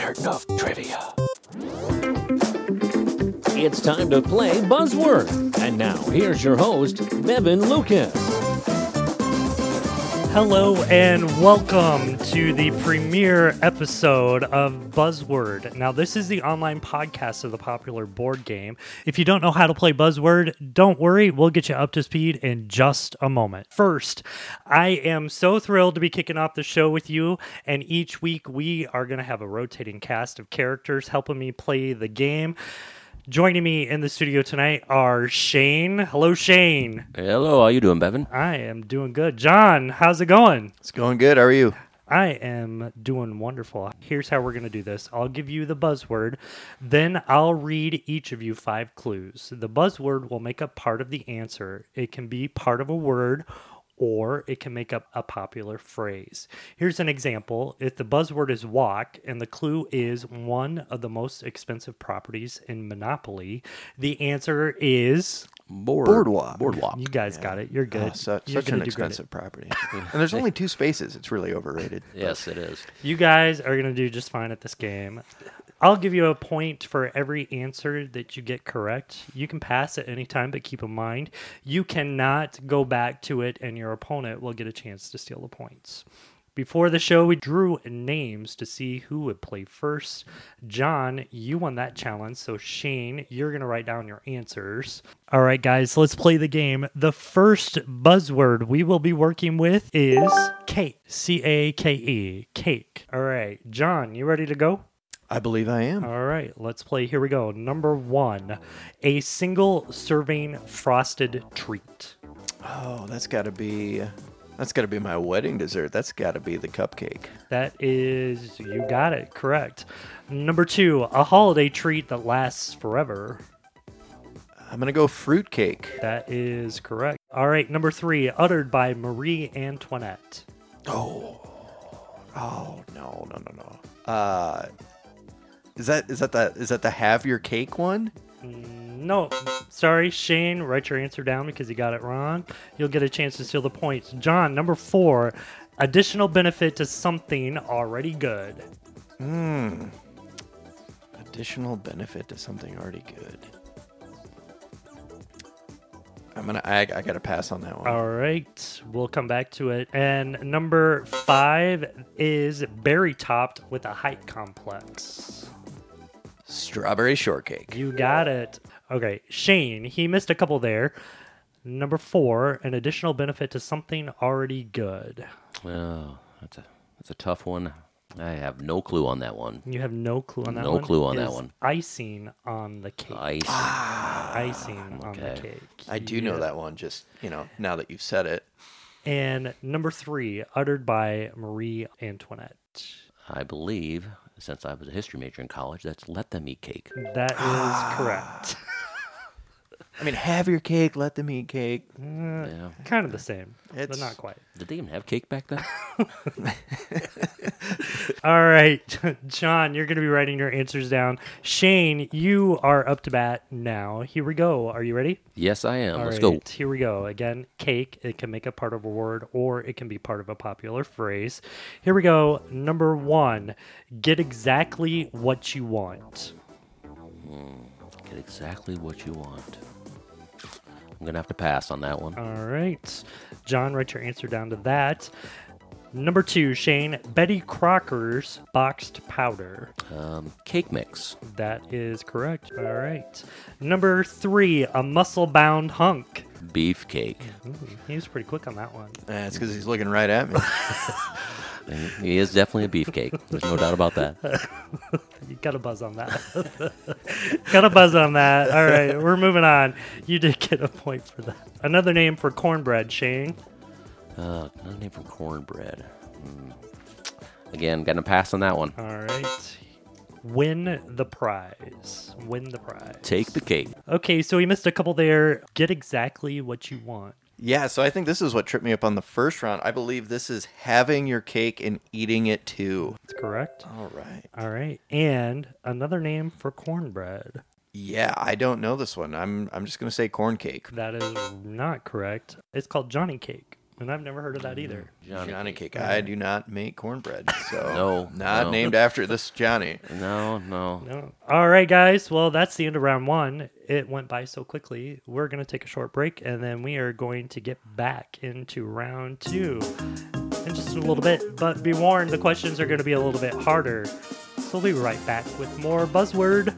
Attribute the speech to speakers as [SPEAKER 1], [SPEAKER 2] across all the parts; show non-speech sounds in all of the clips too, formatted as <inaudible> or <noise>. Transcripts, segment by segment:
[SPEAKER 1] Art of Trivia.
[SPEAKER 2] It's time to play Buzzword. And now, here's your host, Bevan Lucas.
[SPEAKER 3] Hello and welcome to the premiere episode of Buzzword. Now, this is the online podcast of the popular board game. If you don't know how to play Buzzword, don't worry, we'll get you up to speed in just a moment. First, I am so thrilled to be kicking off the show with you, and each week we are going to have a rotating cast of characters helping me play the game. Joining me in the studio tonight are Shane. Hello, Shane.
[SPEAKER 1] Hello, how you doing, Bevan?
[SPEAKER 3] I am doing good. John, how's it going?
[SPEAKER 4] It's going good. How are you?
[SPEAKER 3] I am doing wonderful. Here's how we're going to do this I'll give you the buzzword, then I'll read each of you five clues. The buzzword will make up part of the answer, it can be part of a word. Or it can make up a popular phrase. Here's an example. If the buzzword is walk and the clue is one of the most expensive properties in Monopoly, the answer is
[SPEAKER 1] Board,
[SPEAKER 4] Boardwalk.
[SPEAKER 1] Boardwalk.
[SPEAKER 3] you guys got it. You're good.
[SPEAKER 4] Ah, su-
[SPEAKER 3] You're
[SPEAKER 4] such
[SPEAKER 3] gonna
[SPEAKER 4] an
[SPEAKER 3] do good. <laughs>
[SPEAKER 4] expensive property. and there's only two spaces. It's really overrated.
[SPEAKER 1] Yes, it is.
[SPEAKER 3] You guys are going to do just fine at this game. I'll give you a point for every answer that you get correct. You can pass at any time, but keep in mind you cannot go back to it, and your opponent will get a chance to steal the points. Before the show, we drew names to see who would play first. John, you won that challenge, so Shane, you're going to write down your answers. All right, guys, let's play the game. The first buzzword we will be working with is cake. C A K E, cake. All right, John, you ready to go?
[SPEAKER 4] I believe I am.
[SPEAKER 3] All right, let's play. Here we go. Number one, a single serving frosted treat.
[SPEAKER 4] Oh, that's got to be. That's got to be my wedding dessert. That's got to be the cupcake.
[SPEAKER 3] That is, you got it correct. Number two, a holiday treat that lasts forever.
[SPEAKER 4] I'm gonna go fruitcake.
[SPEAKER 3] That is correct. All right, number three, uttered by Marie Antoinette.
[SPEAKER 4] Oh, oh no, no, no, no. Uh, is that is that the is that the have your cake one?
[SPEAKER 3] No, sorry, Shane, write your answer down because you got it wrong. You'll get a chance to steal the points. John, number four, additional benefit to something already good.
[SPEAKER 4] Additional benefit to something already good. I'm gonna. I, I gotta pass on that one.
[SPEAKER 3] All right, we'll come back to it. And number five is berry topped with a height complex.
[SPEAKER 4] Strawberry shortcake.
[SPEAKER 3] You got it. Okay, Shane, he missed a couple there. Number four, an additional benefit to something already good.
[SPEAKER 1] Oh, that's a that's a tough one. I have no clue on that one.
[SPEAKER 3] You have no clue on that
[SPEAKER 1] No
[SPEAKER 3] one.
[SPEAKER 1] clue on that
[SPEAKER 3] Is
[SPEAKER 1] one.
[SPEAKER 3] Icing on the cake.
[SPEAKER 1] Ice.
[SPEAKER 3] icing on the
[SPEAKER 1] Ah, okay.
[SPEAKER 3] cake.
[SPEAKER 4] I do know that one. Just you know, now that you've said it.
[SPEAKER 3] And number three, uttered by Marie Antoinette.
[SPEAKER 1] I believe, since I was a history major in college, that's let them eat cake.
[SPEAKER 3] That is correct.
[SPEAKER 4] I mean, have your cake, let them eat cake.
[SPEAKER 1] Yeah.
[SPEAKER 3] kind of the same, but
[SPEAKER 4] It's-
[SPEAKER 3] not quite.
[SPEAKER 1] Did they even have cake back then? <laughs>
[SPEAKER 3] All right, <laughs> John, you're going to be writing your answers down. Shane, you are up to bat now. Here we go. Are you ready?
[SPEAKER 1] yes, I am.
[SPEAKER 3] All
[SPEAKER 1] Let's go.
[SPEAKER 3] right, Here we go. Again, cake. It can make a part of a word or it can be part of a popular phrase. Here we go. Number one get exactly what you want.
[SPEAKER 1] Get exactly what you want. I'm gonna have to pass on that one.
[SPEAKER 3] All right. John, write your answer down to that. Number two, Shane, Betty Crocker's boxed powder.
[SPEAKER 1] Um, cake mix.
[SPEAKER 3] That is correct. All right. Number three, a muscle bound hunk.
[SPEAKER 1] Beefcake.
[SPEAKER 3] Ooh, he was pretty quick on that one.
[SPEAKER 4] That's because Eh, he's looking right at me.
[SPEAKER 1] He is definitely a beefcake. There's no doubt about that.
[SPEAKER 3] You got a buzz on that. <laughs> got a buzz on that. All right, we're moving on. You did get a point for that. Another name for cornbread, Shane.
[SPEAKER 1] Uh, another name from cornbread. Hmm. Again, gonna pass on that one.
[SPEAKER 3] All right. Win the prize. Win the prize.
[SPEAKER 1] Take the cake.
[SPEAKER 3] Okay, so we missed a couple there. Get exactly what you want.
[SPEAKER 4] <laughs> yeah, so I think this is what tripped me up on the first round. I believe this is having your cake and eating it too.
[SPEAKER 3] That's correct.
[SPEAKER 4] All right.
[SPEAKER 3] All right. And another name for cornbread.
[SPEAKER 4] Yeah, I don't know this one. I'm I'm just gonna say corn cake.
[SPEAKER 3] That is not correct. It's called Johnny cake. and I've never heard of that either.
[SPEAKER 1] Johnny.
[SPEAKER 4] Johnny cake. I do not make <laughs> cornbread, so
[SPEAKER 1] No,
[SPEAKER 4] not
[SPEAKER 1] no.
[SPEAKER 4] named after this Johnny.
[SPEAKER 1] No, no.
[SPEAKER 3] No. All right, guys. Well, that's the end of round one. It went by so quickly. We're going to take a short break and then we are going to get back into round two in just a little bit. But be warned, the questions are going to be a little bit harder. So we'll be right back with more buzzword.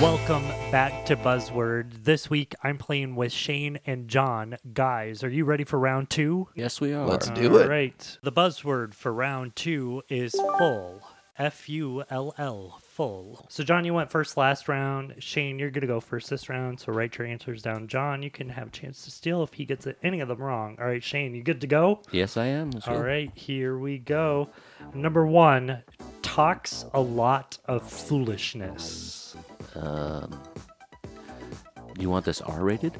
[SPEAKER 3] Welcome back to Buzzword. This week I'm playing with Shane and John. Guys, are you ready for round two?
[SPEAKER 1] Yes, we
[SPEAKER 4] <laughs>
[SPEAKER 1] are.
[SPEAKER 4] Let's do
[SPEAKER 3] All
[SPEAKER 4] it.
[SPEAKER 3] right. The buzzword for round two is full. F U L L, full. So, John, you went first last round. Shane, you're going to go first this round. So, write your answers down. John, you can have a chance to steal if he gets it- any of them wrong. All right, Shane, you good to go?
[SPEAKER 1] Yes, I am. Let's
[SPEAKER 3] All
[SPEAKER 1] go.
[SPEAKER 3] right, here we go. Number one talks a lot of foolishness.
[SPEAKER 1] Do you want
[SPEAKER 3] <laughs>
[SPEAKER 1] this R-rated?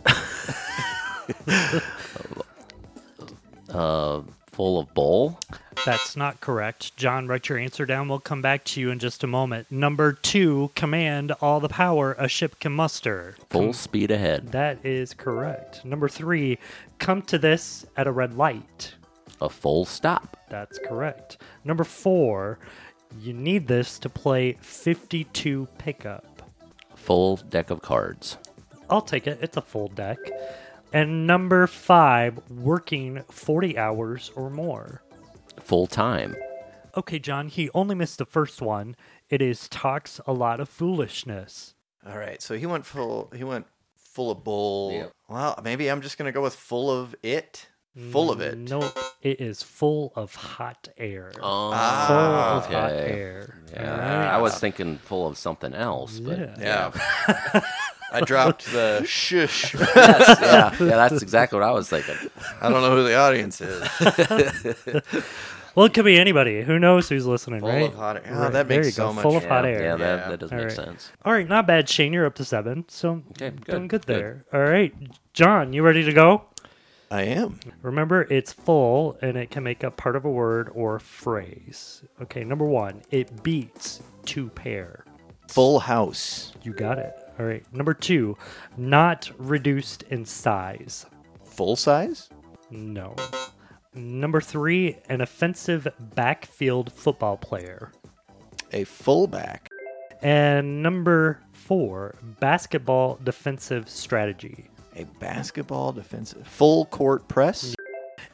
[SPEAKER 1] uh, full of bowl.
[SPEAKER 3] That's not correct. John, write your answer down. We'll come back to you in just a moment. Number two, command all the power a ship can muster.
[SPEAKER 1] Full speed ahead.
[SPEAKER 3] That is correct. Number three, come to this at a red light.
[SPEAKER 1] A full stop.
[SPEAKER 3] That's correct. Number four, you need this to play 52 pickup.
[SPEAKER 1] Full deck of cards.
[SPEAKER 3] I'll take it, it's a full deck. And number five, working 40 hours or more.
[SPEAKER 1] Full time.
[SPEAKER 3] Okay, John, he only missed the first one. It is talks a lot of foolishness.
[SPEAKER 4] All right, so he went full. He went full of bull.
[SPEAKER 1] Yeah.
[SPEAKER 4] Well, maybe I'm just gonna go with full of it. Full of it.
[SPEAKER 3] Nope, it is full of hot air.
[SPEAKER 1] Oh,
[SPEAKER 3] full of hot
[SPEAKER 1] okay.
[SPEAKER 3] air.
[SPEAKER 1] yeah.
[SPEAKER 3] Alright.
[SPEAKER 1] I was thinking full of something else, but
[SPEAKER 3] Yeah.
[SPEAKER 4] Yeah. <laughs> I dropped the shush.
[SPEAKER 1] yeah, yeah, that's exactly what I was thinking.
[SPEAKER 4] I don't know who the audience is.
[SPEAKER 3] Well, it could be anybody. Who knows who's listening,
[SPEAKER 4] Full
[SPEAKER 3] right?
[SPEAKER 4] of hot air. Oh,
[SPEAKER 3] Right,
[SPEAKER 4] that
[SPEAKER 3] there
[SPEAKER 4] makes
[SPEAKER 3] you
[SPEAKER 4] so
[SPEAKER 3] go.
[SPEAKER 4] much
[SPEAKER 3] Full of
[SPEAKER 4] sense.
[SPEAKER 3] hot
[SPEAKER 1] Yeah,
[SPEAKER 3] air.
[SPEAKER 1] that, that does
[SPEAKER 3] All
[SPEAKER 1] make
[SPEAKER 3] right.
[SPEAKER 1] sense.
[SPEAKER 3] All right, not bad, Shane. You're up to seven, so
[SPEAKER 1] Okay, good,
[SPEAKER 3] doing good
[SPEAKER 1] good.
[SPEAKER 3] there. All right, John, you ready to go?
[SPEAKER 4] I am.
[SPEAKER 3] Remember, it's full, and it can make up part of a word or phrase. Okay, number one, it beats two pair.
[SPEAKER 4] Full house.
[SPEAKER 3] You got it. All right, number two, not reduced in size.
[SPEAKER 4] Full size?
[SPEAKER 3] No. Number three, an offensive backfield football player.
[SPEAKER 4] A fullback.
[SPEAKER 3] And number four, basketball defensive strategy.
[SPEAKER 4] A basketball defensive. Full court press.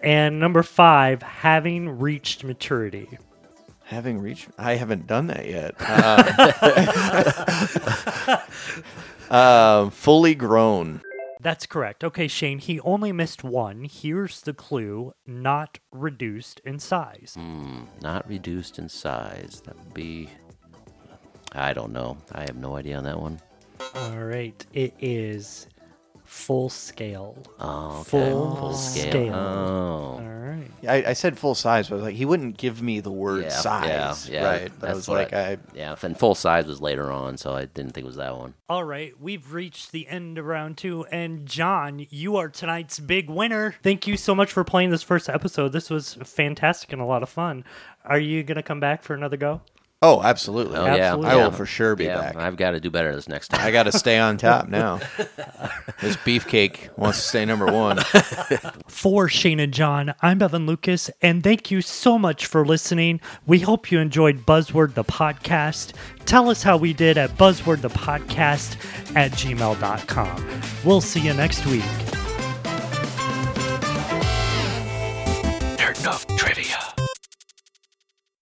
[SPEAKER 3] And number five, having reached maturity.
[SPEAKER 4] Having reached, I haven't done that yet. Um, um, <laughs> fully grown.
[SPEAKER 3] That's correct. Okay, Shane, he only missed one. Here's the clue not reduced in size.
[SPEAKER 1] Not reduced in size. That would be. I don't know. I have no idea on that one.
[SPEAKER 3] All right, it is full scale.
[SPEAKER 1] Oh, okay.
[SPEAKER 3] Full
[SPEAKER 1] scale.
[SPEAKER 3] scale.
[SPEAKER 1] Oh.
[SPEAKER 3] All right.
[SPEAKER 4] I, I said full size, but I was like, he wouldn't give me the word
[SPEAKER 1] Yeah,
[SPEAKER 4] size.
[SPEAKER 1] yeah, yeah.
[SPEAKER 4] Right. I
[SPEAKER 1] That's
[SPEAKER 4] was
[SPEAKER 1] what
[SPEAKER 4] like, I,
[SPEAKER 1] Yeah, and full size was later on, so I didn't think it was that one.
[SPEAKER 3] All right, we've reached the end of round two, and John, you are tonight's big winner. Thank you so much for playing this first episode. This was fantastic and a lot of fun. Are you gonna come back for another go?
[SPEAKER 4] oh, absolutely.
[SPEAKER 1] Oh
[SPEAKER 3] Absolutely.
[SPEAKER 1] yeah,
[SPEAKER 4] I
[SPEAKER 1] yeah.
[SPEAKER 4] will for sure be
[SPEAKER 1] yeah,
[SPEAKER 4] back.
[SPEAKER 1] I've got to do better this next
[SPEAKER 4] I
[SPEAKER 1] time.
[SPEAKER 4] got to stay on top now. this beefcake wants to stay number one.
[SPEAKER 3] For Shane and John, I'm Bevan Lucas, and thank you so much for listening. We hope you enjoyed Buzzword the Podcast. Tell us how we did at buzzwordthepodcast at gmail.com. We'll see you next week.
[SPEAKER 5] Nerd Enough Trivia.